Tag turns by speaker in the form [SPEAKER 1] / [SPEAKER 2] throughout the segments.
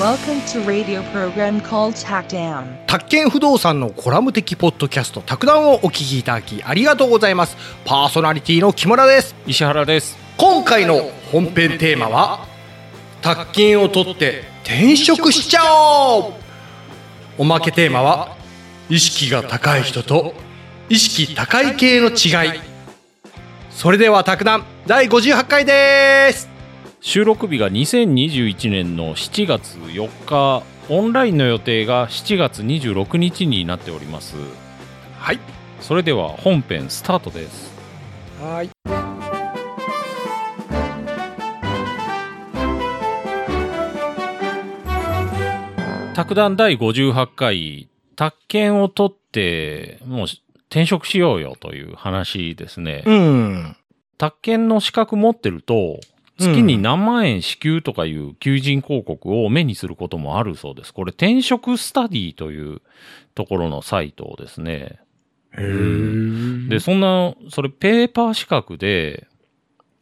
[SPEAKER 1] Welcome to radio program called Hackdown.
[SPEAKER 2] 宅建不動産のコラム的ポッドキャスト「卓談」をお聞きいただきありがとうございますパーソナリティの木村です
[SPEAKER 3] 石原です
[SPEAKER 2] 今回の本編テーマは「宅建を取って転職しちゃおう!」おまけテーマは「意識が高い人と意識高い系の違い」それでは卓談第58回です
[SPEAKER 3] 収録日が2021年の7月4日オンラインの予定が7月26日になっております
[SPEAKER 2] はい
[SPEAKER 3] それでは本編スタートです
[SPEAKER 2] はい
[SPEAKER 3] 卓談第58回宅建を取ってもう転職しようよという話ですね、
[SPEAKER 2] うん
[SPEAKER 3] 宅建の資格持ってると月に何万円支給とかいう求人広告を目にすることもあるそうです。これ転職スタディというところのサイトですね。
[SPEAKER 2] へ
[SPEAKER 3] ーで、そんな、それペーパー資格で、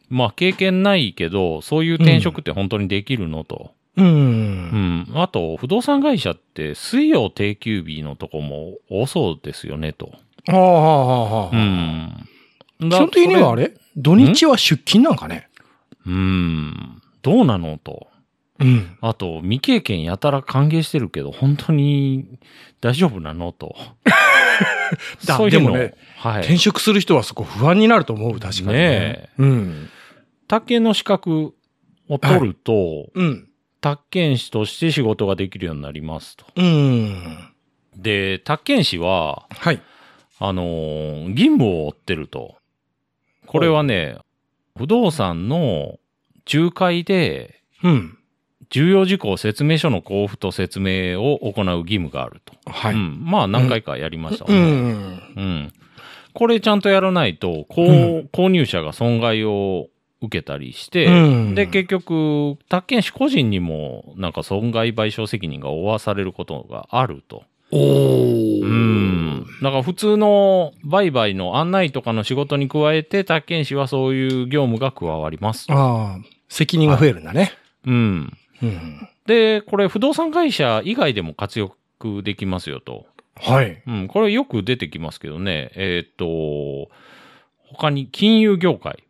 [SPEAKER 3] まあ経験ないけど、そういう転職って本当にできるのと。
[SPEAKER 2] う
[SPEAKER 3] うんん。あと、不動産会社って水曜定休日のとこも多そうですよねと。
[SPEAKER 2] はあはあはあは
[SPEAKER 3] う
[SPEAKER 2] あ
[SPEAKER 3] ん。
[SPEAKER 2] 基本的にはあ
[SPEAKER 3] れ
[SPEAKER 2] れ土日は出勤なんかね
[SPEAKER 3] うん。どうなのと。
[SPEAKER 2] うん。。
[SPEAKER 3] あと、未経験やたら歓迎してるけど、本当に大丈夫なのと
[SPEAKER 2] だ
[SPEAKER 3] そういうの
[SPEAKER 2] でもね、
[SPEAKER 3] はい。
[SPEAKER 2] 転職する人はそこ不安になると思う、確かにね。
[SPEAKER 3] ねえ
[SPEAKER 2] うん。
[SPEAKER 3] 宅建の資格を取ると、
[SPEAKER 2] うん。
[SPEAKER 3] 宅建士として仕事ができるようになりますと。
[SPEAKER 2] うん。
[SPEAKER 3] で、宅建士は、
[SPEAKER 2] はい。
[SPEAKER 3] あのー義務を負ってると。これはね、不動産の仲介で、
[SPEAKER 2] うん。
[SPEAKER 3] 重要事項説明書の交付と説明を行う義務があると。
[SPEAKER 2] はい。
[SPEAKER 3] うん、まあ何回かやりましたも
[SPEAKER 2] うん
[SPEAKER 3] ね。
[SPEAKER 2] ん。
[SPEAKER 3] うん。これちゃんとやらないと、こう
[SPEAKER 2] うん
[SPEAKER 3] 購入者が損害を受けたりして、
[SPEAKER 2] うん
[SPEAKER 3] で、結局、宅建士個人にも、なんか損害賠償責任が負わされることがあると。
[SPEAKER 2] おー
[SPEAKER 3] うん。。だから普通の売買の案内とかの仕事に加えて、宅建士はそういう業務が加わります。
[SPEAKER 2] ああ、責任が増えるんだね。
[SPEAKER 3] うん。
[SPEAKER 2] うん。
[SPEAKER 3] で、これ不動産会社以外でも活躍できますよと。
[SPEAKER 2] はい。
[SPEAKER 3] うん。これよく出てきますけどね。えーっと、他に金融業界。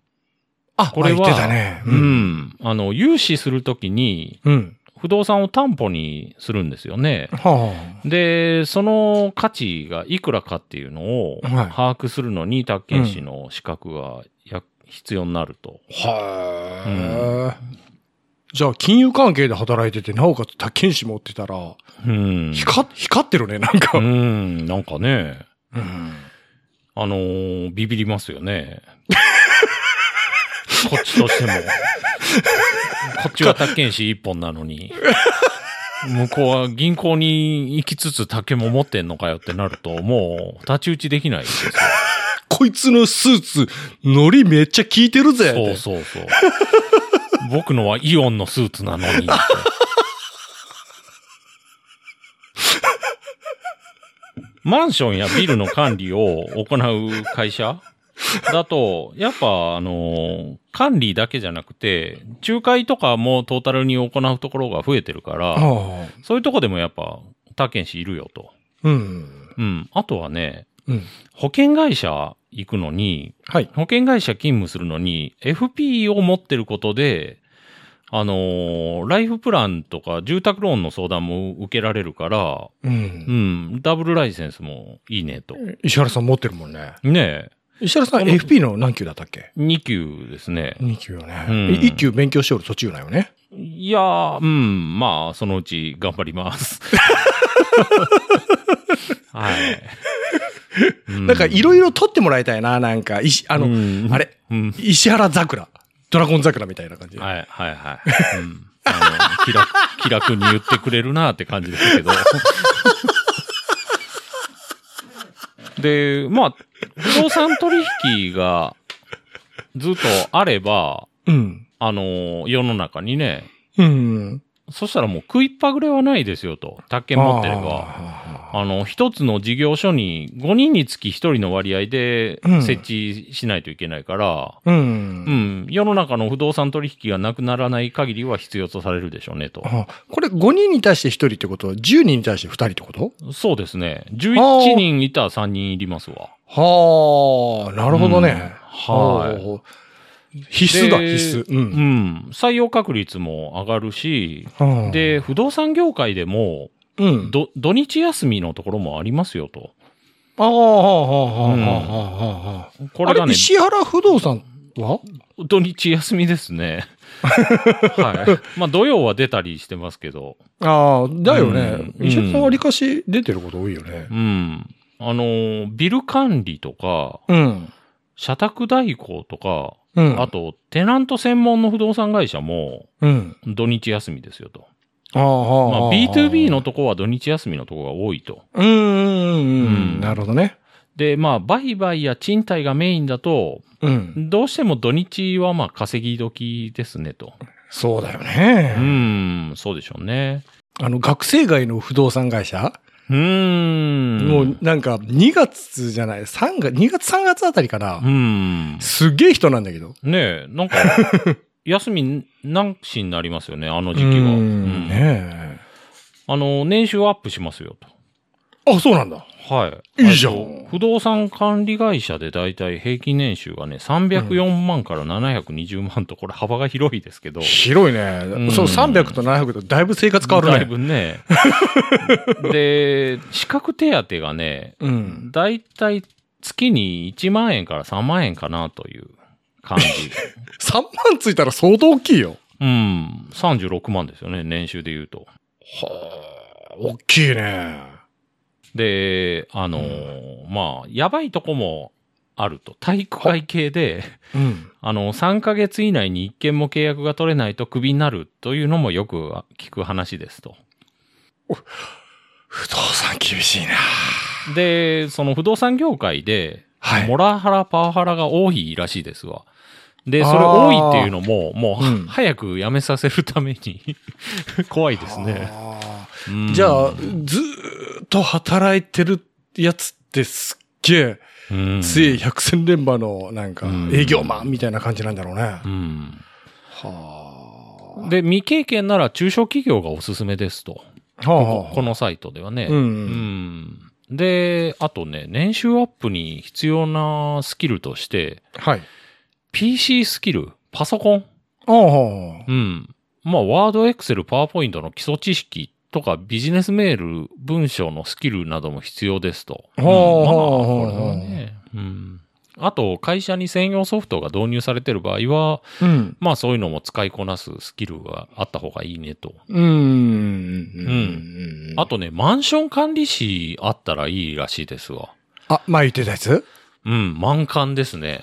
[SPEAKER 2] あ、
[SPEAKER 3] これは
[SPEAKER 2] あ言ってたね。
[SPEAKER 3] う。ん。あの、融資するときに、
[SPEAKER 2] うん。
[SPEAKER 3] 不動産を担保にするんですよね。
[SPEAKER 2] は
[SPEAKER 3] で、その価値がいくらかっていうのを
[SPEAKER 2] はい
[SPEAKER 3] 把握するのに、宅建士の資格がや必要になると。
[SPEAKER 2] あ。はえ。じゃあ、金融関係で働いてて、なおかつ、他研士持ってたら、
[SPEAKER 3] うん。
[SPEAKER 2] 光、光ってるね、なん
[SPEAKER 3] う
[SPEAKER 2] か。
[SPEAKER 3] ん、なんかね、
[SPEAKER 2] うん。
[SPEAKER 3] あのービビりますよね。 こっちとしても。こっちは宅建士一本なのに。向こうは銀行に行きつつ竹も持ってんのかよってなると、もう太刀打ちできないですよ。
[SPEAKER 2] こいつのスーツ、ノリめっちゃ効いてるぜ。
[SPEAKER 3] そうそうそう。 僕のはイオンのスーツなのに。マンションやビルの管理を行う会社だと、やっぱ、あの、管理だけじゃなくて、仲介とかもトータルに行うところが増えてるから、
[SPEAKER 2] ああ。
[SPEAKER 3] そういうとこでもやっぱ、他県市いるよと。
[SPEAKER 2] うん。
[SPEAKER 3] うん。あとはね、
[SPEAKER 2] うん。
[SPEAKER 3] 保険会社行くのに、
[SPEAKER 2] はい。
[SPEAKER 3] 保険会社勤務するのに、FP を持ってることで、あのーライフプランとか住宅ローンの相談も受けられるから、
[SPEAKER 2] う。
[SPEAKER 3] うんん、ダブルライセンスもいいねと。
[SPEAKER 2] 石原さん持ってるもんね。
[SPEAKER 3] ね
[SPEAKER 2] 石原さん
[SPEAKER 3] この
[SPEAKER 2] FP の何級だったっけ
[SPEAKER 3] え、2級ですね。
[SPEAKER 2] ?2 級よね。
[SPEAKER 3] うん
[SPEAKER 2] 1級勉強しおる途中なんよね。
[SPEAKER 3] いやー、うん、まあ、そのうち頑張り ます。はい。
[SPEAKER 2] なんかいろいろ取ってもらいたいな、なんか。石あ
[SPEAKER 3] あ
[SPEAKER 2] の、あれ、
[SPEAKER 3] うん、
[SPEAKER 2] 石原桜。ドラゴン桜みたいな感じ。
[SPEAKER 3] はい、はい、はい。うん、あの気楽、 気楽に言ってくれるなって感じですけど。 で、まあ、不動産取引がずっとあれば、
[SPEAKER 2] うん。
[SPEAKER 3] あの、世の中にね、
[SPEAKER 2] うん。
[SPEAKER 3] そしたらもう食いっぱぐれはないですよと。宅建持ってれば。
[SPEAKER 2] ば。
[SPEAKER 3] あの、一つの事業所に5人につき1人の割合で
[SPEAKER 2] うん
[SPEAKER 3] 設置しないといけないから、
[SPEAKER 2] う。
[SPEAKER 3] うんん、世の中の不動産取引がなくならない限りは必要とされるでしょうねと。
[SPEAKER 2] あこれ5人に対して1人ってことは10人に対して2人ってこと
[SPEAKER 3] そうですね。11人いたら3人いりますわ。
[SPEAKER 2] はあ、なるほど
[SPEAKER 3] うん
[SPEAKER 2] ね。
[SPEAKER 3] はい。
[SPEAKER 2] い。必須だ、
[SPEAKER 3] で
[SPEAKER 2] 必須。う。
[SPEAKER 3] うんん。採用確率も上がるし、
[SPEAKER 2] はあ、
[SPEAKER 3] で、不動産業界でも、
[SPEAKER 2] うん。
[SPEAKER 3] ど、土日休みのところもありますよと。
[SPEAKER 2] ああ、はあ、はあ、はあ、
[SPEAKER 3] うん
[SPEAKER 2] はあはあ、はあ。
[SPEAKER 3] これが
[SPEAKER 2] あれ、
[SPEAKER 3] ね、
[SPEAKER 2] 石原不動産は
[SPEAKER 3] 土日休みで すね。はい。まあ、土曜は出たりしてますけど、
[SPEAKER 2] ああ、だよね。
[SPEAKER 3] うん
[SPEAKER 2] 石原さんわりかし出てること多いよね
[SPEAKER 3] う。ん。あのー、ビル管理とか、
[SPEAKER 2] うん。
[SPEAKER 3] 社宅代行とか、
[SPEAKER 2] うん。
[SPEAKER 3] あと、テナント専門の不動産会社も、
[SPEAKER 2] うん。
[SPEAKER 3] 土日休みですよと。
[SPEAKER 2] ああ、は
[SPEAKER 3] ま
[SPEAKER 2] あ。
[SPEAKER 3] あ、
[SPEAKER 2] はあ
[SPEAKER 3] B2B の。とこは土日休みのとこが多いと。
[SPEAKER 2] うん、うん、うん。う
[SPEAKER 3] うん
[SPEAKER 2] んなるほどね。
[SPEAKER 3] で、まあ、売買や賃貸がメインだと、
[SPEAKER 2] うん。
[SPEAKER 3] どうしても土日はまあ稼ぎ時ですねと。
[SPEAKER 2] そうだよ
[SPEAKER 3] う
[SPEAKER 2] ね。
[SPEAKER 3] ーん、そうでしょうね。
[SPEAKER 2] あの、学生街の不動産会社、
[SPEAKER 3] うーん。
[SPEAKER 2] も
[SPEAKER 3] う
[SPEAKER 2] うなんか2月じゃない、3月、2月3月あたりかな。
[SPEAKER 3] ーん。ね
[SPEAKER 2] すっげえ人なんだけど。
[SPEAKER 3] え、なん か、休み、何しになりますよね、あの時期は。
[SPEAKER 2] う
[SPEAKER 3] うん
[SPEAKER 2] んね
[SPEAKER 3] あの、年収アップしますよと。
[SPEAKER 2] え。あ、そうなんだ。
[SPEAKER 3] はい。
[SPEAKER 2] いいじゃん
[SPEAKER 3] あと不動産管理会社でだいたい平均年収がね、304万から720万と、これ幅が広いですけど。
[SPEAKER 2] 広いね。
[SPEAKER 3] ん
[SPEAKER 2] そう、300と700とだいぶ生活変わ
[SPEAKER 3] だい
[SPEAKER 2] るね。
[SPEAKER 3] ぶね。で、資格手当がね、
[SPEAKER 2] うん。
[SPEAKER 3] だいたい月に1万円から3万円かなという感 じ。
[SPEAKER 2] 3万ついたら相当大きいよ。
[SPEAKER 3] うん。36万ですよね、年収で言う
[SPEAKER 2] は
[SPEAKER 3] と。
[SPEAKER 2] あ、大きいね。
[SPEAKER 3] で、あのーまあ、やばいとこもあると。体育会系で、
[SPEAKER 2] うん。
[SPEAKER 3] あの、3ヶ月以内に1件も契約が取れないとクビになるというのもよく聞く話ですと。
[SPEAKER 2] 不動産厳しいな。
[SPEAKER 3] で、その不動産業界で、
[SPEAKER 2] はい
[SPEAKER 3] モラハラ、パワハラが多いらしいですわ。で、それ
[SPEAKER 2] あー
[SPEAKER 3] 多いっていうのも、もう、
[SPEAKER 2] うん
[SPEAKER 3] 早く辞めさせるために、 怖いですね。
[SPEAKER 2] あ
[SPEAKER 3] うん
[SPEAKER 2] ー。じゃあ、ずーっと働いてるやつってすっげえ
[SPEAKER 3] うん
[SPEAKER 2] 強い百戦錬磨のなんか
[SPEAKER 3] うん
[SPEAKER 2] 営業マンみたいな感じなんだろうね。
[SPEAKER 3] うん。
[SPEAKER 2] は
[SPEAKER 3] で、未経験なら中小企業がおすすめですと。
[SPEAKER 2] あ。はあはあ
[SPEAKER 3] このサイトではね。
[SPEAKER 2] うん
[SPEAKER 3] うんで、あとね、年収アップに必要なスキルとして、
[SPEAKER 2] はい。
[SPEAKER 3] PC スキル、パソコン。
[SPEAKER 2] ああ。
[SPEAKER 3] うん。まあ、ワード、エクセル、パワーポイントの基礎知識とか、ビジネスメール、文章のスキルなども必要ですと。
[SPEAKER 2] ほ
[SPEAKER 3] う
[SPEAKER 2] うん
[SPEAKER 3] まあ、
[SPEAKER 2] ほう
[SPEAKER 3] これはね。うん。あと、会社に専用ソフトが導入されてる場合は、
[SPEAKER 2] うん。
[SPEAKER 3] まあ、そういうのも使いこなすスキルがあった方がいいねと。
[SPEAKER 2] うん。うん
[SPEAKER 3] あとね、マンション管理士あったらいいらしいですわ。
[SPEAKER 2] あ、前言ってたやつ
[SPEAKER 3] うん、満館ですね。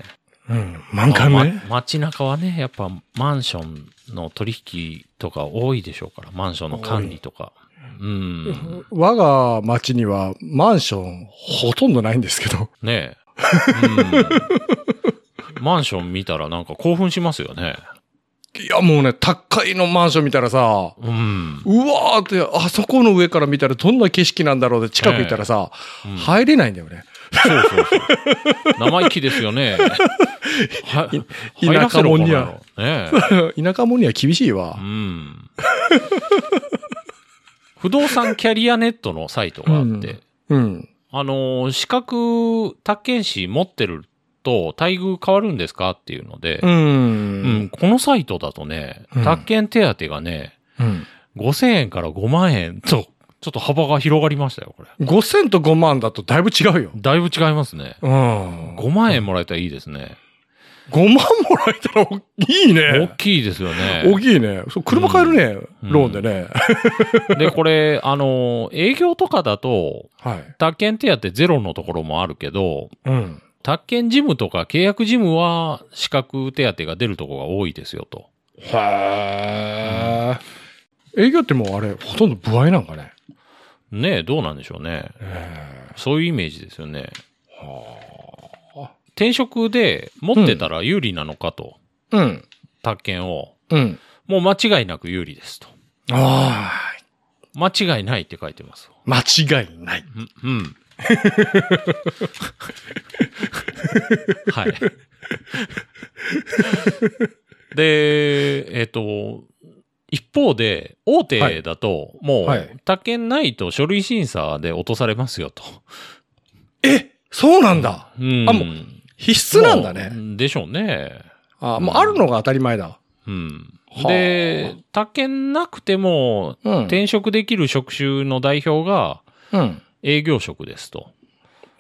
[SPEAKER 2] うん。満開
[SPEAKER 3] ま
[SPEAKER 2] ね。
[SPEAKER 3] 街中はね、やっぱマンションの取引とか多いでしょうから、マンションの管理とか。うん。
[SPEAKER 2] 我が町にはマンションほとんどないんですけど。
[SPEAKER 3] ねえ。うん。 マンション見たらなんか興奮しますよね。
[SPEAKER 2] いや、もうね、高いのマンション見たらさ、
[SPEAKER 3] うん。
[SPEAKER 2] うわーって、あそこの上から見たらどんな景色なんだろうって近く行ったらさ、
[SPEAKER 3] うん
[SPEAKER 2] 入れないんだよね。
[SPEAKER 3] そうそうそう。生意気ですよ ね。は、
[SPEAKER 2] い
[SPEAKER 3] 入らせろ
[SPEAKER 2] 田舎者には
[SPEAKER 3] この野郎ねえ。
[SPEAKER 2] 田舎者には厳しいうわ。
[SPEAKER 3] ん。不動産キャリアネットのサイトがあって、
[SPEAKER 2] うんうん。
[SPEAKER 3] あのー、資格、宅建士持ってると待遇変わるんですかっていうので、うん
[SPEAKER 2] ん。
[SPEAKER 3] このサイトだとね
[SPEAKER 2] う、ん
[SPEAKER 3] 宅建手当がね、
[SPEAKER 2] うん。
[SPEAKER 3] 5000円から5万円と、ちょっと幅が広がりましたよ、これ。
[SPEAKER 2] 5000と5万だとだいぶ違うよ。
[SPEAKER 3] だいぶ違いますね。
[SPEAKER 2] うん。
[SPEAKER 3] 5万円もらえたらいいですね。
[SPEAKER 2] 5万もらえたらおいい
[SPEAKER 3] 大
[SPEAKER 2] ね。
[SPEAKER 3] きいですよね。
[SPEAKER 2] 大きいね。そう、車買えるね。
[SPEAKER 3] うん
[SPEAKER 2] ローンでね。
[SPEAKER 3] で、これ、あのー、営業とかだと、
[SPEAKER 2] はい。
[SPEAKER 3] 宅建手当ゼロのところもあるけど、
[SPEAKER 2] うん。
[SPEAKER 3] 宅建事務とか契約事務は資格手当が出るとこが多いですよと。
[SPEAKER 2] へえ。営業ってもうあれ、ほとんど部合なんかね。
[SPEAKER 3] ねえ、どうなんでしょうね。
[SPEAKER 2] へ
[SPEAKER 3] そういうイメージですよね。
[SPEAKER 2] ーは
[SPEAKER 3] 転職で持ってたら有利なのかと、
[SPEAKER 2] あ。うん。
[SPEAKER 3] 宅建を。
[SPEAKER 2] うん。
[SPEAKER 3] もう間違いなく有利ですと。
[SPEAKER 2] ああ、
[SPEAKER 3] 間違いないって書いてます。
[SPEAKER 2] 間違いない。
[SPEAKER 3] うん。うん、 はい。で、えっ、と、一方で、大手だと、もう、
[SPEAKER 2] はい
[SPEAKER 3] 他県ないと書類審査で落とされますよと。
[SPEAKER 2] え、そうなんだ。
[SPEAKER 3] うん
[SPEAKER 2] あもう必須なんだね。
[SPEAKER 3] もうでしょうね。
[SPEAKER 2] あもうあるのが当たり前だ。
[SPEAKER 3] うん。
[SPEAKER 2] はあ
[SPEAKER 3] で、他県なくても、
[SPEAKER 2] うん。
[SPEAKER 3] 転職できる職種の代表が
[SPEAKER 2] うん。
[SPEAKER 3] 営業職ですと。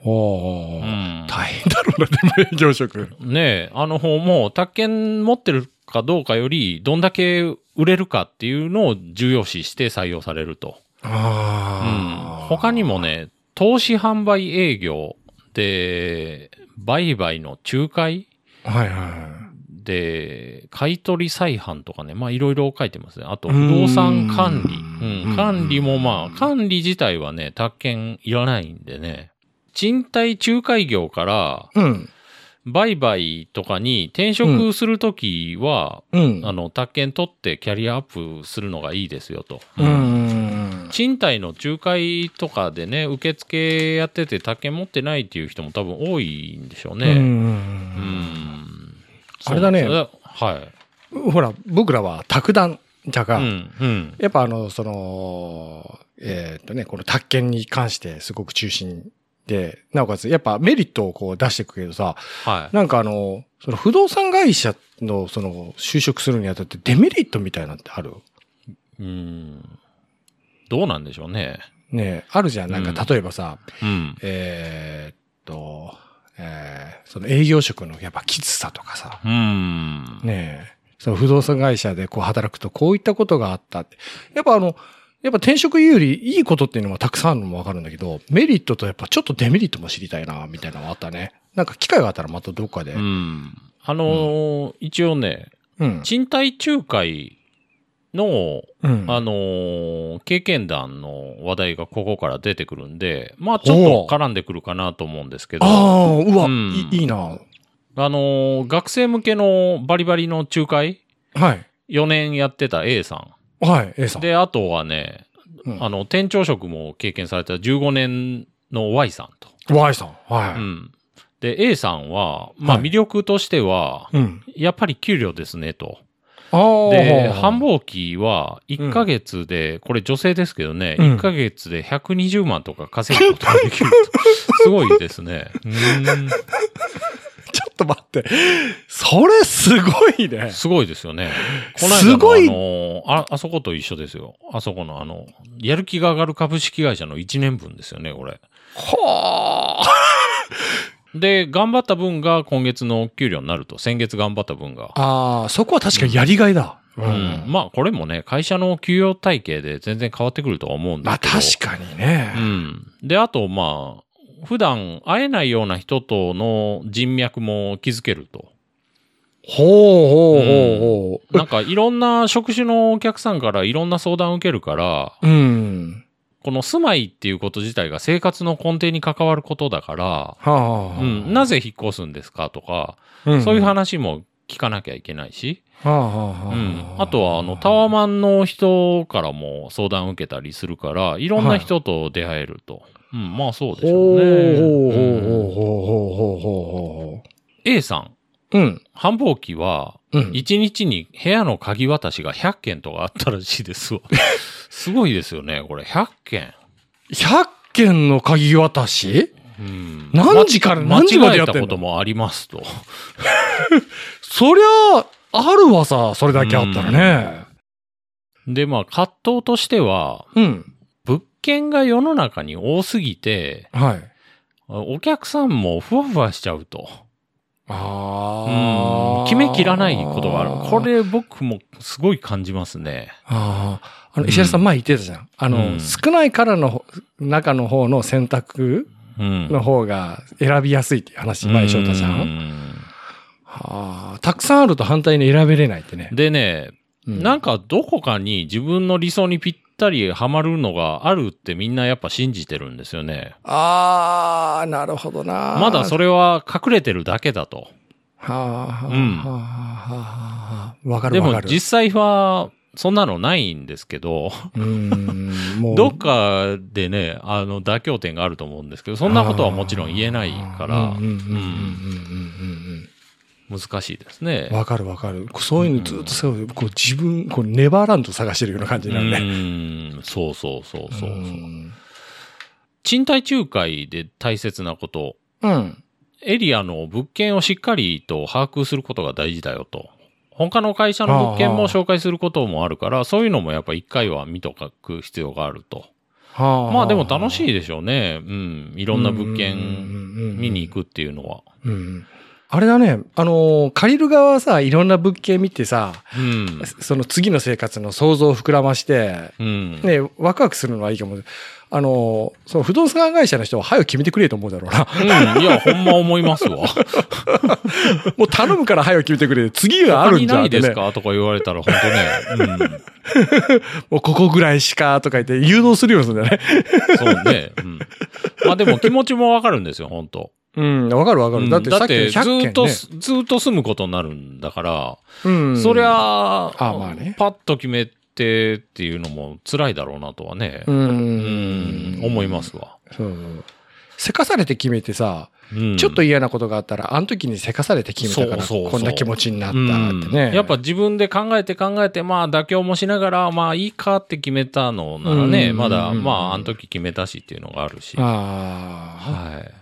[SPEAKER 2] お
[SPEAKER 3] う
[SPEAKER 2] ー
[SPEAKER 3] ん、
[SPEAKER 2] 大変だろうな、でも営業職。
[SPEAKER 3] ねえ、あの方も、宅建持ってるかどうかより、どんだけ売れるかっていうのを重要視して採用されると。うん
[SPEAKER 2] ああ、
[SPEAKER 3] 他にもね、投資販売営業で、売買の仲介
[SPEAKER 2] はいは
[SPEAKER 3] で、買取再販とかね、まあいろいろ書いてますね。あと、不動産管
[SPEAKER 2] う
[SPEAKER 3] 理。
[SPEAKER 2] ーん
[SPEAKER 3] うん、管理もまあ、管理自体はね、宅建いらないんでね。賃貸仲介業から、
[SPEAKER 2] い。うん。
[SPEAKER 3] 売買とかに転職するときは、
[SPEAKER 2] うん。
[SPEAKER 3] あの、宅建取ってキャリアアップするのがいいですよと。
[SPEAKER 2] うん。
[SPEAKER 3] 賃貸の仲介とかでね、受付やってて宅建持ってないっていう人も多分多いんでしょう
[SPEAKER 2] う。
[SPEAKER 3] ね。うんん。
[SPEAKER 2] あれだね
[SPEAKER 3] そうなんですよはい。
[SPEAKER 2] ほら、僕らは卓談じゃ
[SPEAKER 3] う
[SPEAKER 2] が、
[SPEAKER 3] ん。うん。
[SPEAKER 2] やっぱあの、その、えーっとね、この宅建に関してすごく中心で、なおかつやっぱメリットをこう出していくけどさ、
[SPEAKER 3] はい。
[SPEAKER 2] なんかあの、その不動産会社のその就職するにあたってデメリットみたいなのってある
[SPEAKER 3] うん。どうなんでしょうね。
[SPEAKER 2] ねえあるじゃん。なん
[SPEAKER 3] うん
[SPEAKER 2] か例えばさ、
[SPEAKER 3] うん。
[SPEAKER 2] えーっと、えーその営業職のやっぱきつさとかさ、
[SPEAKER 3] うん。
[SPEAKER 2] ねえその不動産会社でこう働くとこういったことがあったって。やっぱあの、やっぱ転職有利いいことっていうのはたくさんあるのもわかるんだけど、メリットとやっぱちょっとデメリットも知りたいな、みたいなのはあったね。なんか機会があったらまたどっかで。
[SPEAKER 3] う
[SPEAKER 2] うん。
[SPEAKER 3] ん。あのー一応ね、
[SPEAKER 2] うん。
[SPEAKER 3] 賃貸仲介の
[SPEAKER 2] うん、
[SPEAKER 3] あのー経験談の話題がここから出てくるんで、まあちょっと絡んでくるかなと思うんですけど、あ、
[SPEAKER 2] ああ、うわ、
[SPEAKER 3] うん
[SPEAKER 2] いいいな。
[SPEAKER 3] のー学生向けのバリバリの仲介、
[SPEAKER 2] はい。
[SPEAKER 3] 4年やってた A さ
[SPEAKER 2] はい、A さん。
[SPEAKER 3] ん。で、あとはね、
[SPEAKER 2] うん
[SPEAKER 3] あの、店長職も経験された15年の Y さんと。
[SPEAKER 2] Y さん。は
[SPEAKER 3] う
[SPEAKER 2] い。
[SPEAKER 3] ん。で、A さんは、まあ
[SPEAKER 2] はい
[SPEAKER 3] 魅力としては、
[SPEAKER 2] うん。
[SPEAKER 3] やっぱり給料ですね、と。
[SPEAKER 2] ああ。
[SPEAKER 3] で、繁忙期は1ヶ月で、これ女性ですけどね、
[SPEAKER 2] うん
[SPEAKER 3] 1ヶ月で120万とか稼ぐことができる と。すごいですね。うー
[SPEAKER 2] ちょっと待って。それすごいね
[SPEAKER 3] ん。。すごいですよね。この間
[SPEAKER 2] すごい
[SPEAKER 3] のあのあ、あそこと一緒ですよ。あそこのあの、やる気が上がる株式会社の1年分ですよね、これ。
[SPEAKER 2] は
[SPEAKER 3] で、頑張った分が今月の給料になると。先月頑張った分が。
[SPEAKER 2] あ。ああ、そこは確かにやりがいだ。う
[SPEAKER 3] うん。。まあ、これもね、会社の給与体系で全然変わってくるとは思うんで
[SPEAKER 2] ますあ
[SPEAKER 3] けど。
[SPEAKER 2] 確かにね
[SPEAKER 3] う。ん。で、あと、まあ、普段会えないような人との人脈も築けると。
[SPEAKER 2] ほうほうほうほ
[SPEAKER 3] なんかいろんな職種のお客さんからいろんな相談を受けるから、
[SPEAKER 2] う。うん。
[SPEAKER 3] この住まいっていうこと自体が生活の根底に関わることだか
[SPEAKER 2] は
[SPEAKER 3] ら、
[SPEAKER 2] あ。
[SPEAKER 3] うん、なぜ引っ越すんですかとか、
[SPEAKER 2] うん
[SPEAKER 3] そういう。話も聞かなきゃいけないし、
[SPEAKER 2] はあはあ
[SPEAKER 3] う
[SPEAKER 2] は
[SPEAKER 3] ん、あとはあのタワマンの人からも相談を受けたりするから、いろんな人と出会えると。うん、まあそうでしょ
[SPEAKER 2] ほう
[SPEAKER 3] うね。
[SPEAKER 2] ほうほう
[SPEAKER 3] うん
[SPEAKER 2] ほうほうほうほうほうほ
[SPEAKER 3] A さん、
[SPEAKER 2] う。うん。
[SPEAKER 3] 繁忙期は、
[SPEAKER 2] うん。
[SPEAKER 3] 1日に部屋の鍵渡しが100件とかあったらしいで すわ。すごいですよね、これ。100件。
[SPEAKER 2] 100件の鍵渡し
[SPEAKER 3] うん
[SPEAKER 2] 何時から何時までやってん
[SPEAKER 3] 間違え
[SPEAKER 2] の
[SPEAKER 3] たこともありますと。
[SPEAKER 2] そりゃあ、あるわさ、それだけあったらね。
[SPEAKER 3] で、まあ、葛藤としては、
[SPEAKER 2] うん。
[SPEAKER 3] 物件が世の中に多すぎて、
[SPEAKER 2] はい。
[SPEAKER 3] お客さんもふわふわしちゃうと。う
[SPEAKER 2] ああ。
[SPEAKER 3] ん決めきらないことがある。これ僕もすごい感じますね。
[SPEAKER 2] ああ。あ
[SPEAKER 3] う
[SPEAKER 2] の、
[SPEAKER 3] ん
[SPEAKER 2] 石原さん前言ってたじゃん。あの、
[SPEAKER 3] うん
[SPEAKER 2] 少ないからの、中の方の選択
[SPEAKER 3] うん。
[SPEAKER 2] の方が選びやすいっていう話、前翔太じゃ。
[SPEAKER 3] うんん
[SPEAKER 2] ああ。たくさんあると反対に選べれないってね。
[SPEAKER 3] でね、なん
[SPEAKER 2] か、
[SPEAKER 3] かどこかに自分の理想にぴったりハマるのがあるってみんなやっぱ信じてるんですよね。
[SPEAKER 2] ああ、なるほどな。
[SPEAKER 3] まだそ
[SPEAKER 2] れ。
[SPEAKER 3] れは隠れてるだけだと。
[SPEAKER 2] はあ、はあ、はあ
[SPEAKER 3] うん
[SPEAKER 2] はあ、はあ。わか
[SPEAKER 3] で
[SPEAKER 2] るわ
[SPEAKER 3] も
[SPEAKER 2] かる。
[SPEAKER 3] 実際はそんなのないんですけど、
[SPEAKER 2] うーんもう
[SPEAKER 3] どっかでね、あの、妥協点があると思うんですけど、そんなことはもちろん言えないから
[SPEAKER 2] うん、うんうんうんうんうん
[SPEAKER 3] 難しいですね
[SPEAKER 2] うん。。わかるわかる。そういうのずっとそう、こう自分、こうネバーランド探してるような感じになるね。
[SPEAKER 3] うん、そうそうそうそうそうう。
[SPEAKER 2] ん。
[SPEAKER 3] 賃貸仲介で大切なこと、
[SPEAKER 2] うん。
[SPEAKER 3] エリアの物件をしっかりと把握することが大事だよと。他の会社の物件も紹介することもあるから、そういうのもやっぱ一回は見とく必要があると。まあでも楽し
[SPEAKER 2] い。
[SPEAKER 3] いでしょうね。うん。い
[SPEAKER 2] い
[SPEAKER 3] ろんな物件見に行くっていうのは。
[SPEAKER 2] く。うんあれだね、あのー借りる側はさ、いろんな物件見てさ、
[SPEAKER 3] うん。
[SPEAKER 2] その次の生活の想像を膨らまして、
[SPEAKER 3] うん。
[SPEAKER 2] ね、ワクワクするのはいいけども、あのーその不動産会社の人は早く決めてくれと思うだろう な。
[SPEAKER 3] うん。いや、ほんま思います わ。
[SPEAKER 2] もう頼むから早く決めてくれ。次があ
[SPEAKER 3] 他
[SPEAKER 2] るん
[SPEAKER 3] に
[SPEAKER 2] じゃ
[SPEAKER 3] なん
[SPEAKER 2] っ
[SPEAKER 3] い
[SPEAKER 2] て
[SPEAKER 3] です
[SPEAKER 2] ね。
[SPEAKER 3] かとか言われたら本当ね。うん。
[SPEAKER 2] もうここぐらいしかとか言って誘導するようにするんだよね。
[SPEAKER 3] そうね。うん。まあでも気持ちもわかるんですよ、本当
[SPEAKER 2] うん、わかるわかる。だってさっきの100
[SPEAKER 3] だってずっ
[SPEAKER 2] 件、ね。
[SPEAKER 3] と、ずっと住むことになるんだから、
[SPEAKER 2] うん
[SPEAKER 3] そりゃあ
[SPEAKER 2] あまあね
[SPEAKER 3] パッと決めてっていうのも辛いだろうなとはね
[SPEAKER 2] う、。
[SPEAKER 3] うん思いますわ。
[SPEAKER 2] そうそう。せかされて決めてさ、
[SPEAKER 3] うん
[SPEAKER 2] ちょっと嫌なことがあったら、あの時にせかされて決めたから、
[SPEAKER 3] そうそうそう
[SPEAKER 2] こんな気持ちになったってね。
[SPEAKER 3] うんやっぱ、自分で考えて考えて、まあ妥協もしながら、まあいいかって決めたのならね、
[SPEAKER 2] うん
[SPEAKER 3] まだ、
[SPEAKER 2] うん
[SPEAKER 3] まああの時決めたしっていうのがあるし。はい。
[SPEAKER 2] あ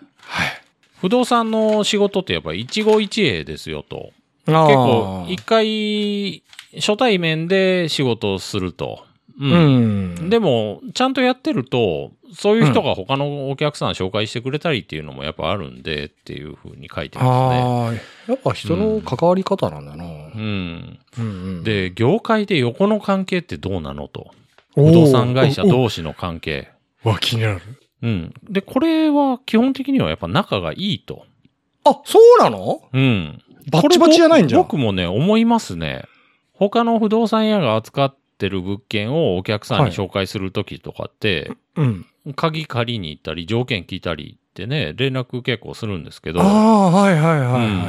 [SPEAKER 3] 不動産の仕事ってやっぱ一期一会ですよと。
[SPEAKER 2] あ。ああ
[SPEAKER 3] 結構、一回、初対面で仕事をすると。う。
[SPEAKER 2] うんん。
[SPEAKER 3] でも、ちゃんとやってると、そういう人が他のお客さん紹介してくれたりっていうのもやっぱあるんで、っていうふうに書いてますね。
[SPEAKER 2] ああ、やっぱ人の関わり方なんだな。
[SPEAKER 3] うん。
[SPEAKER 2] うんうん、
[SPEAKER 3] で、業界で横の関係ってどうなのと。
[SPEAKER 2] おー、
[SPEAKER 3] 不動産会社
[SPEAKER 2] う
[SPEAKER 3] 同士の関係。
[SPEAKER 2] わ、気になる。
[SPEAKER 3] うん。で、これは基本的にはやっぱ仲がいいと。
[SPEAKER 2] あ、そうなの
[SPEAKER 3] うん。
[SPEAKER 2] バッチバチじゃないんじゃん。
[SPEAKER 3] これ僕もね、思いますね。他の不動産屋が扱ってる物件をお客さんに紹介するときとかって、
[SPEAKER 2] うん。
[SPEAKER 3] 鍵借りに行ったり、条件聞いたりってね、連絡結構するんですけど、
[SPEAKER 2] ああー、はいはいはいはいはい。
[SPEAKER 3] うん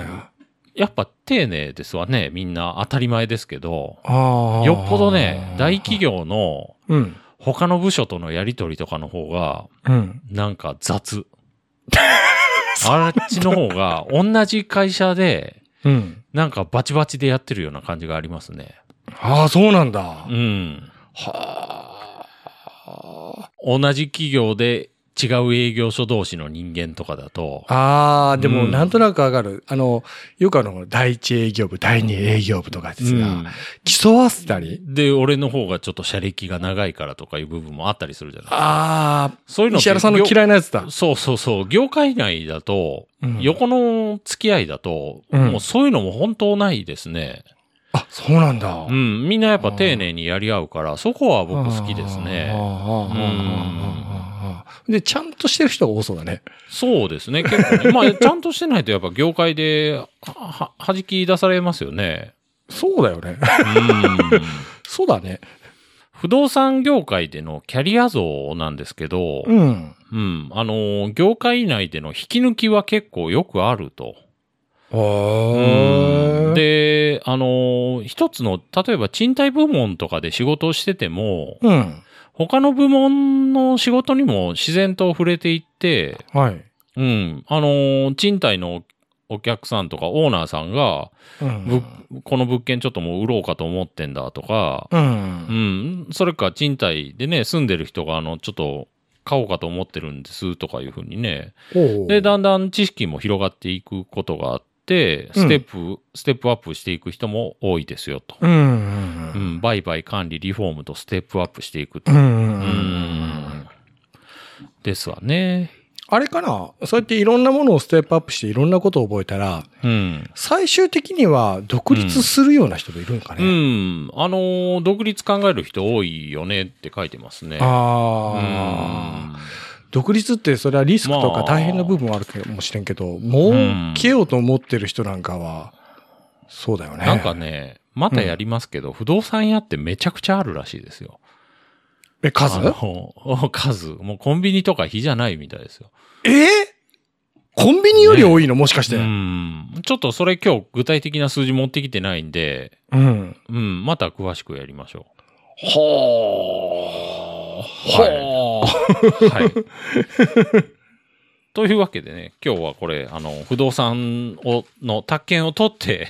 [SPEAKER 3] やっぱ丁寧ですわね、みんな当たり前ですけど、
[SPEAKER 2] ああ。
[SPEAKER 3] よっぽどね、大企。業の
[SPEAKER 2] うん。
[SPEAKER 3] 他の部署とのやりとりとかの方が、
[SPEAKER 2] うん。
[SPEAKER 3] なんか 雑。あっちの方が、同じ会社で、
[SPEAKER 2] うん。
[SPEAKER 3] なんかバチバチでやってるような感じがありますね。
[SPEAKER 2] ああ、そうなんだ。
[SPEAKER 3] うん。
[SPEAKER 2] はあ。
[SPEAKER 3] 同じ企業で違う営業所同士の人間とかだと、
[SPEAKER 2] ああ、でも
[SPEAKER 3] うん
[SPEAKER 2] なんとなくわかる。あの、よくあの、第一営業部、第二営業部とかですが、競わせたり。
[SPEAKER 3] で、俺の方がちょっと車歴が長いからとかいう部分もあったりするじゃない
[SPEAKER 2] ああ、
[SPEAKER 3] そういうのって
[SPEAKER 2] 石原さんの嫌いなやつだ。
[SPEAKER 3] そうそうそう。業界内だと、
[SPEAKER 2] うん
[SPEAKER 3] 横の付き合いだと、
[SPEAKER 2] うん
[SPEAKER 3] もうそういうのも本当ないですね。
[SPEAKER 2] あ、そうなんだ。
[SPEAKER 3] うん、みんなやっぱ丁寧にやり合うから、そこは僕好きです
[SPEAKER 2] あー
[SPEAKER 3] ね。
[SPEAKER 2] あーあーあーあーで、ちゃんとしてる人が多そうだね。
[SPEAKER 3] そうですね、結構ね。まあ、 ちゃんとしてないとやっぱ業界で、は、は弾き出されますよね。
[SPEAKER 2] そうだよね。
[SPEAKER 3] うん。
[SPEAKER 2] そうだね。
[SPEAKER 3] 不動産業界でのキャリア像なんですけど、
[SPEAKER 2] うん。
[SPEAKER 3] うん、あのー、業界内での引き抜きは結構よくあると。
[SPEAKER 2] あー、
[SPEAKER 3] で、あのー、一つの、例えば賃貸部門とかで仕事をしてても、
[SPEAKER 2] うん。
[SPEAKER 3] 他の部門の仕事にも自然と触れていって、
[SPEAKER 2] はい。
[SPEAKER 3] うん、あのー、賃貸のお客さんとかオーナーさんが、
[SPEAKER 2] うん
[SPEAKER 3] ぶこの物件ちょっともう売ろうかと思ってんだとか、
[SPEAKER 2] う。
[SPEAKER 3] うんん、それか賃貸でね、住んでる人が、あの、ちょっと、買おうかと思ってるんですとかいうふうにね。
[SPEAKER 2] おう
[SPEAKER 3] で、だんだん知識も広がっていくことがあって、ステップ、ステップアップしていく人も多いですよと。
[SPEAKER 2] うん
[SPEAKER 3] う。ん、売買管理リフォームとステップアップしていくと。
[SPEAKER 2] うん。うんう
[SPEAKER 3] う
[SPEAKER 2] ん
[SPEAKER 3] ん。ですわね。
[SPEAKER 2] あれかなそうやっていろんなものをステップアップしていろんなことを覚えたら、
[SPEAKER 3] うん。
[SPEAKER 2] 最終的には独立するような人もいるんか
[SPEAKER 3] う
[SPEAKER 2] ね。
[SPEAKER 3] ん。あのー独立考える人多いよねって書いてますね。
[SPEAKER 2] ああ、独立ってそれはリスクとか大変な部分はあるかもしれんけど、儲けようと思ってる人なんかは、そうだよ
[SPEAKER 3] う
[SPEAKER 2] ね。
[SPEAKER 3] ん。なんかね、またやりますけど、不動産屋ってめちゃくちゃあるらしいですよ。
[SPEAKER 2] え、数
[SPEAKER 3] あの数。もうコンビニとか比じゃないみたいですよ。
[SPEAKER 2] えーコンビニより多いの、もしかして。
[SPEAKER 3] うん。ちょっとそれ今日具体的な数字持ってきてないんで、
[SPEAKER 2] うん。
[SPEAKER 3] うん、また詳しくやりましょ
[SPEAKER 2] は
[SPEAKER 3] う。はい。はい。 というわけでね、今日はこれ、あの、不動産を、の宅建を取って、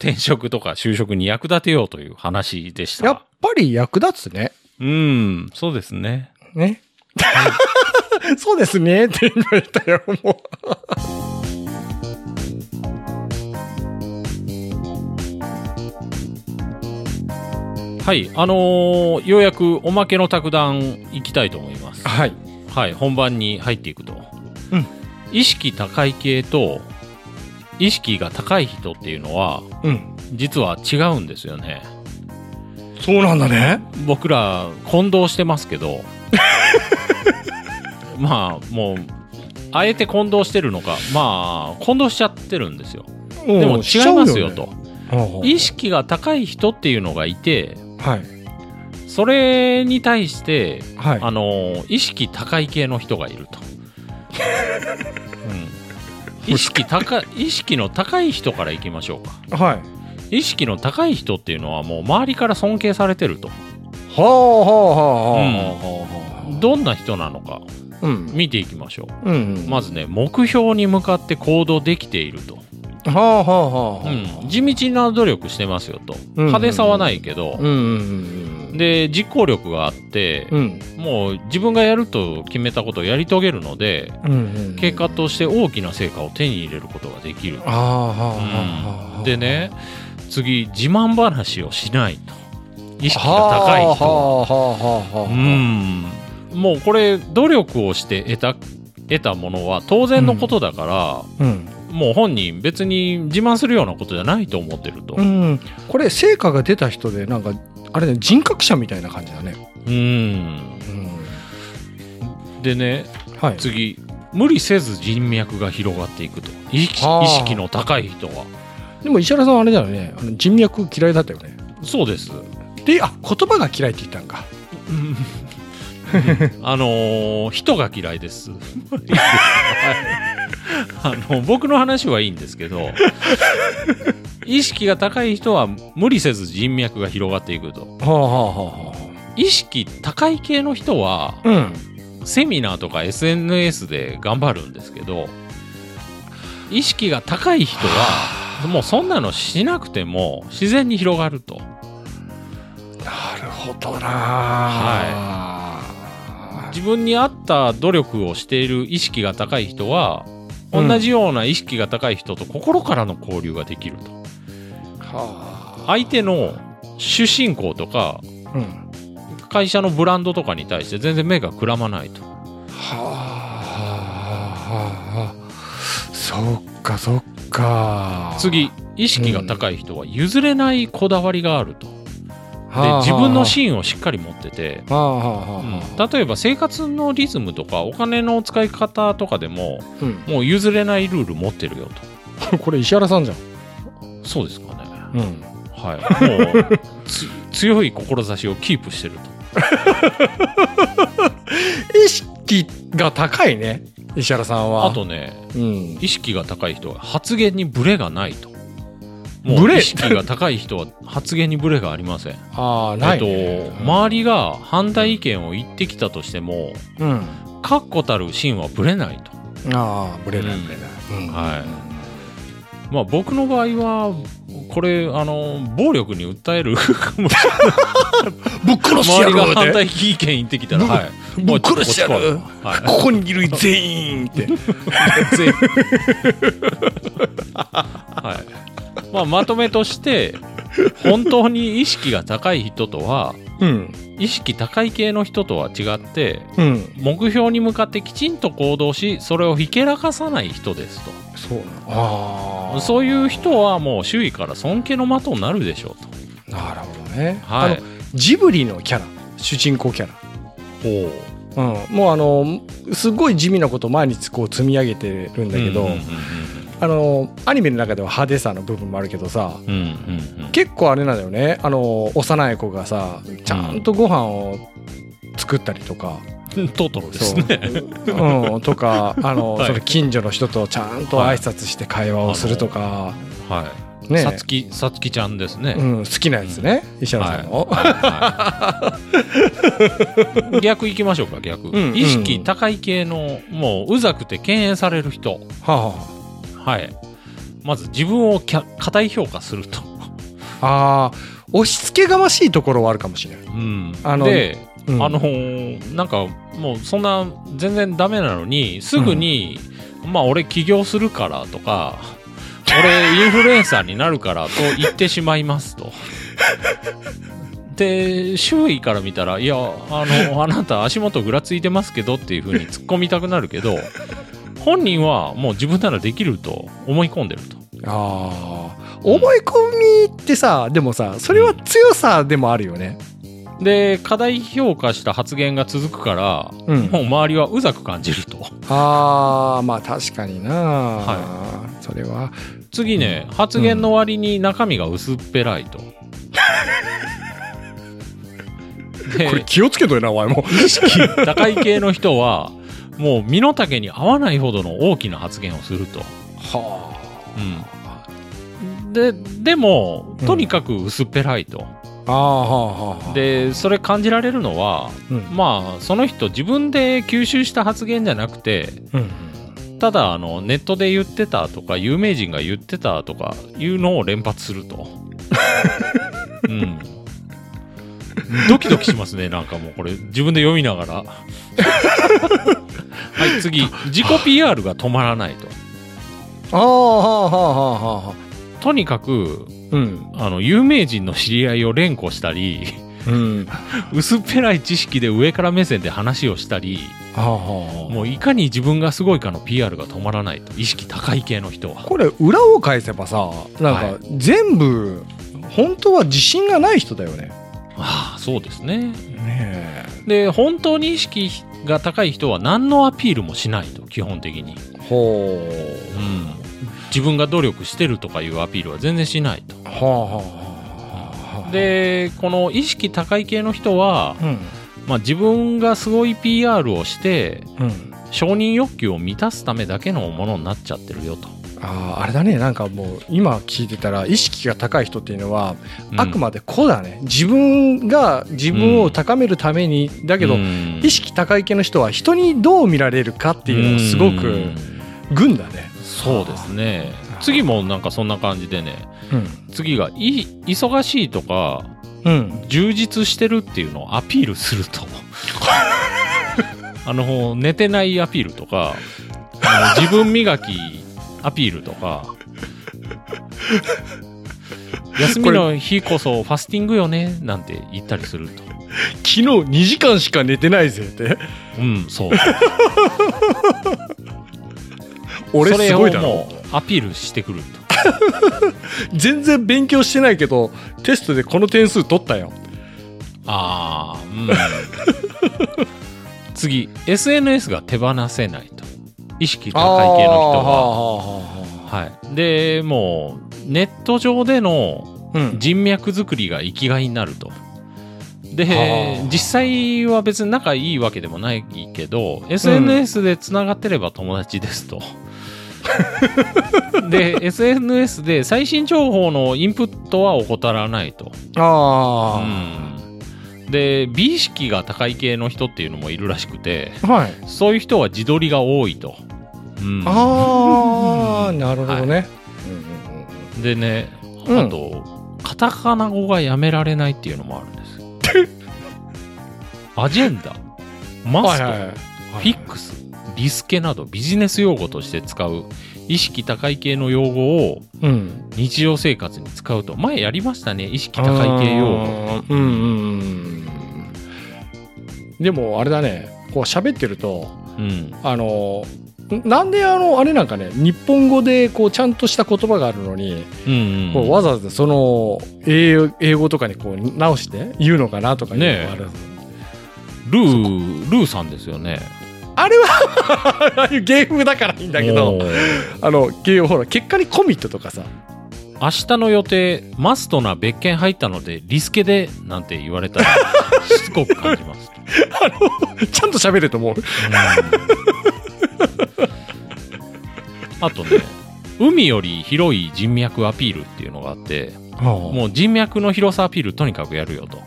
[SPEAKER 3] 転職とか就職に役立てようという話でし。
[SPEAKER 2] やったぱり役立つね。
[SPEAKER 3] うん、そうですね。
[SPEAKER 2] ね。 そうですねって言われたよ、も
[SPEAKER 3] はい、あのーようやくおまけの卓談行きたいと思います
[SPEAKER 2] う。。はい。
[SPEAKER 3] はい、本番に入っていくと。
[SPEAKER 2] うん
[SPEAKER 3] 意識高い系と、意識が高い人っていうのは、
[SPEAKER 2] うん。
[SPEAKER 3] 実は違うんですよね。
[SPEAKER 2] そうなんだね。
[SPEAKER 3] 僕ら、混同してますけど、まあ、もう、あえて混同してるのか、まあ、混同しちゃってるんですよ。でも違いますよと。
[SPEAKER 2] と
[SPEAKER 3] 意識が高い人っていうのがいて、
[SPEAKER 2] はい。
[SPEAKER 3] それに対して、
[SPEAKER 2] はい。
[SPEAKER 3] あの意識高い系の人がいる と、うん、意識高い意識の高い人からいきましょうか
[SPEAKER 2] はい。
[SPEAKER 3] 意識の高い人っていうのはもう周りから尊敬されてると
[SPEAKER 2] はあはあはあはあはあ。
[SPEAKER 3] どんな人なのか
[SPEAKER 2] うん。
[SPEAKER 3] 見ていきましょ
[SPEAKER 2] うん。
[SPEAKER 3] うまずね目標に向かって行動できていると、
[SPEAKER 2] はあはあはあ。
[SPEAKER 3] うん、地道な努力してますよと
[SPEAKER 2] うん
[SPEAKER 3] 派手さはないけど、
[SPEAKER 2] うんうんうん。、
[SPEAKER 3] で実行力があって、
[SPEAKER 2] うん。
[SPEAKER 3] もう自分がやると決めたことをやり遂げるので
[SPEAKER 2] うん。
[SPEAKER 3] 結果。として大きな成果を手に入れることができる
[SPEAKER 2] あ。あはあはあ
[SPEAKER 3] う
[SPEAKER 2] はあ。
[SPEAKER 3] んでね、次、自慢話をしないと。意識が高い
[SPEAKER 2] は
[SPEAKER 3] 人。
[SPEAKER 2] あはあはあはあ
[SPEAKER 3] う
[SPEAKER 2] は
[SPEAKER 3] ん。もうこれ、努力をして得た、得たものは当然のことだか
[SPEAKER 2] あ。うん。
[SPEAKER 3] ら、もう本人別に自慢するようなことじゃないと思ってると。
[SPEAKER 2] うん、これ成果が出た人でなんかあれね人格者みたいな感じだね、
[SPEAKER 3] うん。
[SPEAKER 2] うん、
[SPEAKER 3] でね、
[SPEAKER 2] はい
[SPEAKER 3] 次、無理せず人脈が広がっていくと。意識
[SPEAKER 2] はあ
[SPEAKER 3] 意識の高い人は。
[SPEAKER 2] でも石原さんはあれだよねあの人脈嫌いだったよね
[SPEAKER 3] そうです。
[SPEAKER 2] であ言葉が嫌いって言ったんか
[SPEAKER 3] うん あのー人が嫌いです。 あの僕の話はいいんですけど意識が高い人は無理せず人脈が広がっていくと
[SPEAKER 2] はあはあは
[SPEAKER 3] 意識高い系の人は
[SPEAKER 2] あうん
[SPEAKER 3] セミナーとか SNS で頑張るんですけど意識が高い人はもうそんなのしなくても自然に広がると。
[SPEAKER 2] なるほどなは
[SPEAKER 3] 自分に合った努力をしている意識が高い人は同じような意識が高い人と心からの交流ができると
[SPEAKER 2] は
[SPEAKER 3] 相手の主人公とか
[SPEAKER 2] あ、うん、
[SPEAKER 3] 会社のブランドとかに対して全然目がくらまないと
[SPEAKER 2] はあはあはあそっかそっか
[SPEAKER 3] 次意識が高い人は譲れないこだわりがあるとで
[SPEAKER 2] はあ
[SPEAKER 3] 自分の
[SPEAKER 2] ー
[SPEAKER 3] 芯をしっかり持ってて
[SPEAKER 2] ンはあはあはあはあ
[SPEAKER 3] 例えば生活のリズムとかお金の使い方とかでも
[SPEAKER 2] うん
[SPEAKER 3] もう譲れないルール持ってるよ
[SPEAKER 2] これ石原さんじゃん
[SPEAKER 3] とそうですかね
[SPEAKER 2] うん
[SPEAKER 3] はい、もうつ強い志をキープしてると。
[SPEAKER 2] 意識が高いね石原さんは
[SPEAKER 3] あとね、
[SPEAKER 2] うん、
[SPEAKER 3] 意識が高い人は発言にブレがないと。も
[SPEAKER 2] ブ
[SPEAKER 3] う
[SPEAKER 2] レ
[SPEAKER 3] 意識が高い人は発言にブレがありません。
[SPEAKER 2] ああない、ね
[SPEAKER 3] えっと、周りが反対意見を言ってきたとしても、
[SPEAKER 2] うん、あ
[SPEAKER 3] 確固たる芯はブレないと。
[SPEAKER 2] あブレな
[SPEAKER 3] う
[SPEAKER 2] い
[SPEAKER 3] ん
[SPEAKER 2] ブレない、うん
[SPEAKER 3] はいまあ僕の場合は、これ、あの、暴力に訴える かもしれない。
[SPEAKER 2] ぶっ殺してや
[SPEAKER 3] 周りが反
[SPEAKER 2] る
[SPEAKER 3] 対意見言ってきたら、
[SPEAKER 2] ぶ
[SPEAKER 3] はい。
[SPEAKER 2] ぶっ殺してやる
[SPEAKER 3] はい
[SPEAKER 2] ここにいる全員って
[SPEAKER 3] 全員 はいまあ、まとめとして本当に意識が高い人とは
[SPEAKER 2] うん
[SPEAKER 3] 意識高い系の人とは違って
[SPEAKER 2] うん
[SPEAKER 3] 目標に向かってきちんと行動しそれをひけらかさない人です
[SPEAKER 2] そうなのあ
[SPEAKER 3] と
[SPEAKER 2] あ
[SPEAKER 3] そういう人はもう周囲から尊敬の的になるでしょうと
[SPEAKER 2] なるほどね、
[SPEAKER 3] は
[SPEAKER 2] あ
[SPEAKER 3] い
[SPEAKER 2] のジブリのキャラ主人公キャラ
[SPEAKER 3] ほ
[SPEAKER 2] うん、もうあのすごい地味なことを毎日こう積み上げてるんだけど、あのあのアニメの中では派手さの部分もあるけどさ、結構あれなんだよねあの幼い子がさちゃんとご飯を作ったりとか、
[SPEAKER 3] トトロですね。
[SPEAKER 2] そう、うん、とかあの、
[SPEAKER 3] はい
[SPEAKER 2] その近所の人とちゃんと挨拶して会話をするとか、
[SPEAKER 3] はい。
[SPEAKER 2] ね
[SPEAKER 3] さつき、さつきちゃんですね。
[SPEAKER 2] うん、好きなやつね、石原さんの、
[SPEAKER 3] はいはい 逆行きましょうか逆、
[SPEAKER 2] ん
[SPEAKER 3] 意識高い系のもううざくて敬遠される人
[SPEAKER 2] は
[SPEAKER 3] はいまず自分をきゃ過大評価すると、
[SPEAKER 2] ああー押し付けがましいところはあるかもしれない、
[SPEAKER 3] うん、
[SPEAKER 2] あの
[SPEAKER 3] で、
[SPEAKER 2] うん
[SPEAKER 3] あのーなんかもうそんな全然ダメなのにすぐに、まあ俺起業するからとか俺インフルエンサーになるからと言ってしまいますと。で周囲から見たら「いやあのあなた足元ぐらついてますけど」っていうふうに突っ込みたくなるけど本人はもう自分ならできると思い込んでると。
[SPEAKER 2] あー思い込みってさでもさそれは強さでもあるよね、
[SPEAKER 3] で過大評価した発言が続くから、
[SPEAKER 2] うん
[SPEAKER 3] もう周りはうざく感じると。
[SPEAKER 2] ああまあ確かにな、
[SPEAKER 3] は
[SPEAKER 2] それは
[SPEAKER 3] 次ね、発言の割に中身が薄っぺらいと。で
[SPEAKER 2] 気をつけといなお前も
[SPEAKER 3] 高い系の人はもう身の丈に合わないほどの大きな発言をすると。
[SPEAKER 2] は
[SPEAKER 3] うん、ででもとにかく薄っぺらいと。
[SPEAKER 2] ああーはあはあ
[SPEAKER 3] でそれ感じられるのは
[SPEAKER 2] うん
[SPEAKER 3] まあその人自分で吸収した発言じゃなくて
[SPEAKER 2] うん
[SPEAKER 3] ただあのネットで言ってたとか有名人が言ってたとかいうのを連発す るとうんドキドキしますねなんかもうこれ自分で読みなが らはい次自己 PR が止まらないと
[SPEAKER 2] ああはあはあはあはあ
[SPEAKER 3] とにかく
[SPEAKER 2] うん
[SPEAKER 3] あの有名人の知り合いを連呼したり
[SPEAKER 2] うん
[SPEAKER 3] 薄っぺらい知識で上から目線で話をしたり
[SPEAKER 2] はあはあ
[SPEAKER 3] もういかに自分がすごいかの PR が止まらないと意識高い系の人は
[SPEAKER 2] これ裏を返せばさなんか全部本当は自信がない人だよね
[SPEAKER 3] ああそうですね
[SPEAKER 2] ね
[SPEAKER 3] で本当に意識が高い人は何のアピールもしないと基本的に、
[SPEAKER 2] えほ
[SPEAKER 3] う、
[SPEAKER 2] うん
[SPEAKER 3] 自分が努力してるとかいうアピールは全然しないと
[SPEAKER 2] はあはあはあ
[SPEAKER 3] でこの意識高い系の人は、
[SPEAKER 2] うん
[SPEAKER 3] まあ、自分がすごい PR をして
[SPEAKER 2] うん
[SPEAKER 3] 承認欲求を満たすためだけのものになっちゃってるよと、
[SPEAKER 2] あーあれだねなんかもう今聞いてたら意識が高い人っていうのは、あくまで個だね自分が自分を高めるために、だ
[SPEAKER 3] だ
[SPEAKER 2] けど、
[SPEAKER 3] 意
[SPEAKER 2] 意識高い系の人は人にどう見られるかっていうのがすごく群だね。
[SPEAKER 3] そうですね
[SPEAKER 2] あー
[SPEAKER 3] 次もなんかそんな感じでね
[SPEAKER 2] うん
[SPEAKER 3] 次がい忙しいとか
[SPEAKER 2] うん、
[SPEAKER 3] 充実してるっていうのをアピールするとあの寝てないアピールとかあの自分磨きアピールとか休みの日こそファスティングよねなんて言ったりすると
[SPEAKER 2] 昨日2時間しか寝てないぜって
[SPEAKER 3] うんそう
[SPEAKER 2] 俺すごいだ
[SPEAKER 3] それを
[SPEAKER 2] ろ
[SPEAKER 3] もうアピールしてくると
[SPEAKER 2] 全然勉強してないけどテストでこの点数取ったよ
[SPEAKER 3] ああうん 次 SNS が手放せないと意識高い系の人は
[SPEAKER 2] は
[SPEAKER 3] はい、でもうネット上での
[SPEAKER 2] うん
[SPEAKER 3] 人脈作りが生きがいになると。で
[SPEAKER 2] はあ
[SPEAKER 3] 実際は別に仲いいわけでもないけど SNS でつながってれば友達です と。で SNS で最新情報のインプットは怠らないと。
[SPEAKER 2] あ
[SPEAKER 3] うんで美意識が高い系の人っていうのもいるらしくて
[SPEAKER 2] ーはい
[SPEAKER 3] そういう人は自撮りが多いと。うん
[SPEAKER 2] ああなるほどね、
[SPEAKER 3] でね、
[SPEAKER 2] うん
[SPEAKER 3] あとカタカナ語がやめられないっていうのもあるん ですアジェンダマスト、
[SPEAKER 2] はいはいはい
[SPEAKER 3] フィックスリスケなどビジネス用語として使う意識高い系の用語を
[SPEAKER 2] うん、
[SPEAKER 3] 日常生活に使うと前やりましたね意識高い系用語
[SPEAKER 2] うんうんうんでもあれだねこう喋ってると
[SPEAKER 3] うん
[SPEAKER 2] あのなんであのあれなんかね日本語でこうちゃんとした言葉があるのに、
[SPEAKER 3] うん
[SPEAKER 2] こうわざわざその英英語とかにこう直して言うのかなとかいうのがある、
[SPEAKER 3] ルールーさんですよね
[SPEAKER 2] あれはああいう芸風だからいいんだけど
[SPEAKER 3] おー
[SPEAKER 2] あの結局ほら結果にコミットとかさ
[SPEAKER 3] 明日の予定、マストな別件入ったので、リスケで、なんて言われたら、しつこく感じます。
[SPEAKER 2] ちゃんと喋ると思う
[SPEAKER 3] うんあとね、海より広い人脈アピールっていうのがあって、
[SPEAKER 2] も
[SPEAKER 3] もう人脈の広さアピールとにかくやるよと。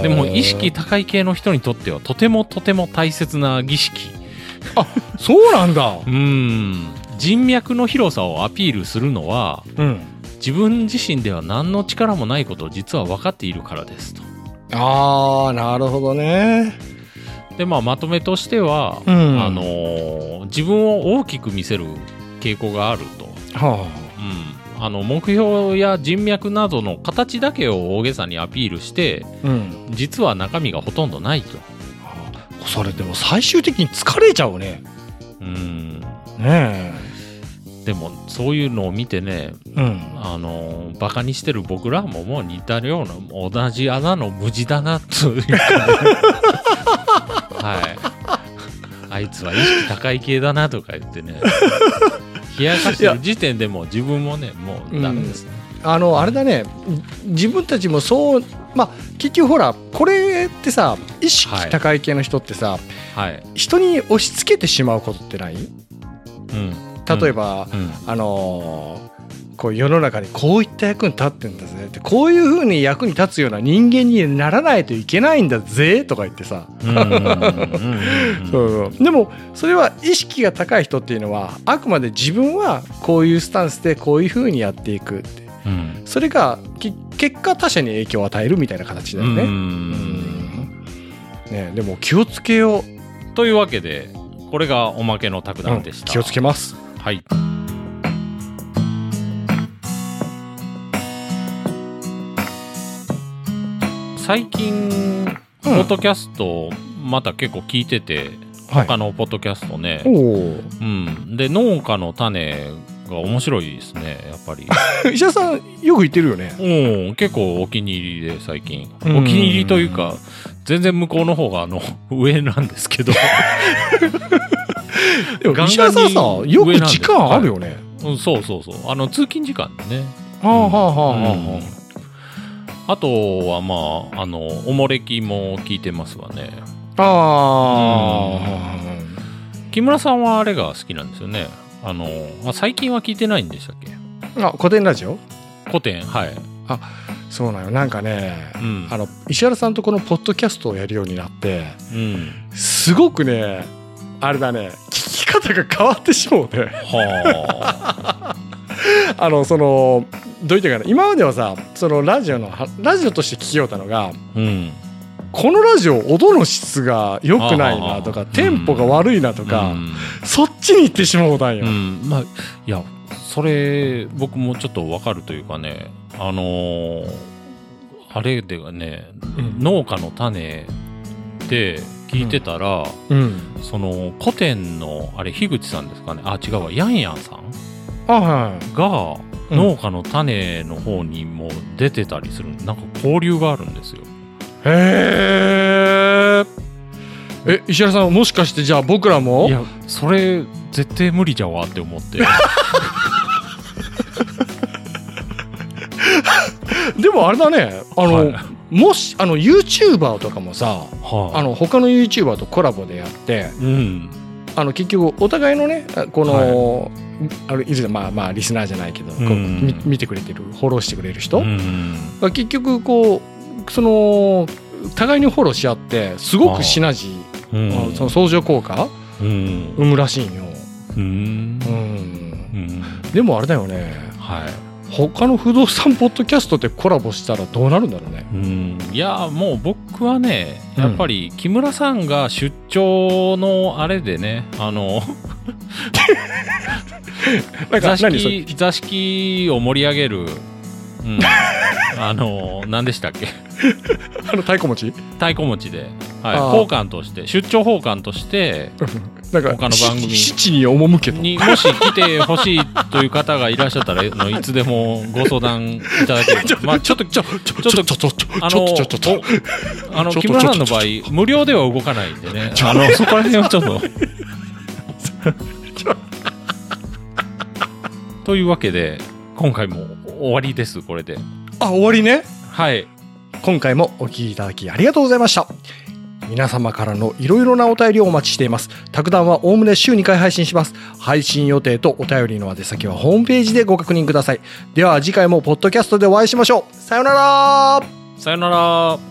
[SPEAKER 2] う
[SPEAKER 3] でも意識高い系の人にとってはとてもとても大切な儀式。
[SPEAKER 2] そうなんだ
[SPEAKER 3] うーん。人脈の広さをアピールするのは、
[SPEAKER 2] うん
[SPEAKER 3] 自分自身では何の力もないことを実は分かっているからですと。
[SPEAKER 2] ああなるほどね
[SPEAKER 3] で、まあ、まとめとしては、
[SPEAKER 2] うん
[SPEAKER 3] あのー自分を大きく見せる傾向があると。
[SPEAKER 2] は
[SPEAKER 3] うん、あの目標や人脈などの形だけを大げさにアピールして
[SPEAKER 2] あうん
[SPEAKER 3] 実は中身がほとんどないと、
[SPEAKER 2] それでも最終的に疲れちゃうね
[SPEAKER 3] うん、
[SPEAKER 2] ね
[SPEAKER 3] でもそういうのを見てね
[SPEAKER 2] えうん
[SPEAKER 3] あのバカにしてる僕らももう似たような同じ穴の無地だなというか、ね、はいあいつは意識高い系だなとか言ってね冷やかしてる時点でもう自分もねもうダメですね、
[SPEAKER 2] あのあれだね自分たちもそうまあ結局ほらこれってさ意識高い系の人ってさ、
[SPEAKER 3] はい、
[SPEAKER 2] 人に押し付けてしまうことってない
[SPEAKER 3] うん、
[SPEAKER 2] 例え、ば、
[SPEAKER 3] うん、
[SPEAKER 2] あのーこう世の中にこういった役に立ってんだぜってこういうふうに役に立つような人間にならないといけないんだぜとか言ってさ、
[SPEAKER 3] うんうんうんうんう ん
[SPEAKER 2] そうそうでもそれは意識が高い人っていうのはあくまで自分はこういうスタンスでこういうふうにやっていくって
[SPEAKER 3] うん
[SPEAKER 2] それがき結果他者に影響を与えるみたいな形だよね。
[SPEAKER 3] うん
[SPEAKER 2] ねでも気をつけよう、
[SPEAKER 3] というわけでこれがおまけの卓談でした、
[SPEAKER 2] 気をつけます。
[SPEAKER 3] はい最近、ポッドキャストまた結構聞いてて
[SPEAKER 2] はい
[SPEAKER 3] 他のポッドキャストね、
[SPEAKER 2] おお
[SPEAKER 3] うん、で農家の種が面白いですねやっ ぱり
[SPEAKER 2] 石田さんよく言ってるよね。
[SPEAKER 3] うん結構お気に入りで最近お気
[SPEAKER 2] うん
[SPEAKER 3] に入りというか全然向こうの方があの上なんですけど
[SPEAKER 2] でも
[SPEAKER 3] ガンガンに
[SPEAKER 2] 石田さんさよく時
[SPEAKER 3] 上な
[SPEAKER 2] 間
[SPEAKER 3] んで
[SPEAKER 2] あるよね。
[SPEAKER 3] うん、そうそうそう。あの、通勤時間ね。
[SPEAKER 2] はあはあはあはあ
[SPEAKER 3] うんあとは、まあ、あの、おもれきも聞いてますわね。
[SPEAKER 2] あ
[SPEAKER 3] 木村さんはあれが好きなんですよね。あの、あ最近は聞いてないんでしたっけ
[SPEAKER 2] ーあ古典ラジオ
[SPEAKER 3] 古典、はい。
[SPEAKER 2] そうなのなんかね、
[SPEAKER 3] うん。
[SPEAKER 2] あの石原さんとこのポッドキャストをやるようになって
[SPEAKER 3] うん。
[SPEAKER 2] すごくねあれだね聞き方が変わって しまうね
[SPEAKER 3] はあ。
[SPEAKER 2] あのそのどう言っていいかな今まではさそのラジオのはラジオとして聞きようたのが
[SPEAKER 3] うん。
[SPEAKER 2] このラジオ音の質が良くないなと
[SPEAKER 3] あ
[SPEAKER 2] か
[SPEAKER 3] ー
[SPEAKER 2] テン ポが悪いなとか、
[SPEAKER 3] うん
[SPEAKER 2] そっちに行ってしまうたんよ、
[SPEAKER 3] うん、まあいやそれ僕もちょっとわかるというかねあのーあれではね、
[SPEAKER 2] うん
[SPEAKER 3] 農家の種で聞いてたら、
[SPEAKER 2] うん
[SPEAKER 3] その古典のあれ樋口さんですかねあ違うわヤンヤンさん
[SPEAKER 2] あはい
[SPEAKER 3] が
[SPEAKER 2] うん
[SPEAKER 3] 農家の種の方にも出てたりする、なんか交流があるんですよ。
[SPEAKER 2] へえ。え、石原さん、もしかして、じゃあ、僕らも。
[SPEAKER 3] いやそれ絶対無理じゃわって思って
[SPEAKER 2] でも、あれだね、あの、
[SPEAKER 3] はい
[SPEAKER 2] もし、あの、ユーチューバーとかもさ。あ
[SPEAKER 3] は
[SPEAKER 2] の、他のユーチューバーとコラボでやって、
[SPEAKER 3] い、うん
[SPEAKER 2] あの、結局、お互いのね、あこの。あのいるじゃんまあまあリスナーじゃないけど、こう
[SPEAKER 3] うん
[SPEAKER 2] み見てくれてるフォローしてくれる人、
[SPEAKER 3] うん
[SPEAKER 2] が結局こうその互いにフォローし合ってすごくシナジ
[SPEAKER 3] う
[SPEAKER 2] ーあ
[SPEAKER 3] ん
[SPEAKER 2] のその相乗効果
[SPEAKER 3] うん
[SPEAKER 2] 生むらしいんよ、
[SPEAKER 3] うん
[SPEAKER 2] うん
[SPEAKER 3] うん
[SPEAKER 2] でもあれだよね
[SPEAKER 3] はい
[SPEAKER 2] 他の不動産ポッドキャストでコラボしたらどうなるんだろうね。
[SPEAKER 3] うん、いやもう僕はね
[SPEAKER 2] うん
[SPEAKER 3] やっぱり木村さんが出張のあれでねあの
[SPEAKER 2] なん
[SPEAKER 3] 座
[SPEAKER 2] か何それ
[SPEAKER 3] 敷座敷を盛り上げる、うん、あの何でしたっけ
[SPEAKER 2] あの太鼓持ち
[SPEAKER 3] 太鼓持ちで、はい、
[SPEAKER 2] あー
[SPEAKER 3] 奉還として出張奉還として
[SPEAKER 2] なんか
[SPEAKER 3] 他の番組
[SPEAKER 2] し七に赴けと。
[SPEAKER 3] にもし来てほしいという方がいらっしゃったらあのいつでもご相談いただければ、まあ、ちょっ と
[SPEAKER 2] ちょちょちょちょちょちょ
[SPEAKER 3] あの
[SPEAKER 2] ちょちょちょちょ
[SPEAKER 3] おあの
[SPEAKER 2] ちょっと
[SPEAKER 3] 木村さんの
[SPEAKER 2] ちょっ
[SPEAKER 3] 場合
[SPEAKER 2] と
[SPEAKER 3] 無料では動かないんでねあのそこら辺はちょ っと。というわけで今回も終わりです、これで。
[SPEAKER 2] あ終わりね
[SPEAKER 3] はい。
[SPEAKER 2] 今回もお聞きいただきありがとうございました皆様からのいろいろなお便りをお待ちしています。卓談はおおむね週2回配信します。配信予定とお便りの宛先はホームページでご確認ください。では次回もポッドキャストでお会いしましょう。さようなら
[SPEAKER 3] さよなら。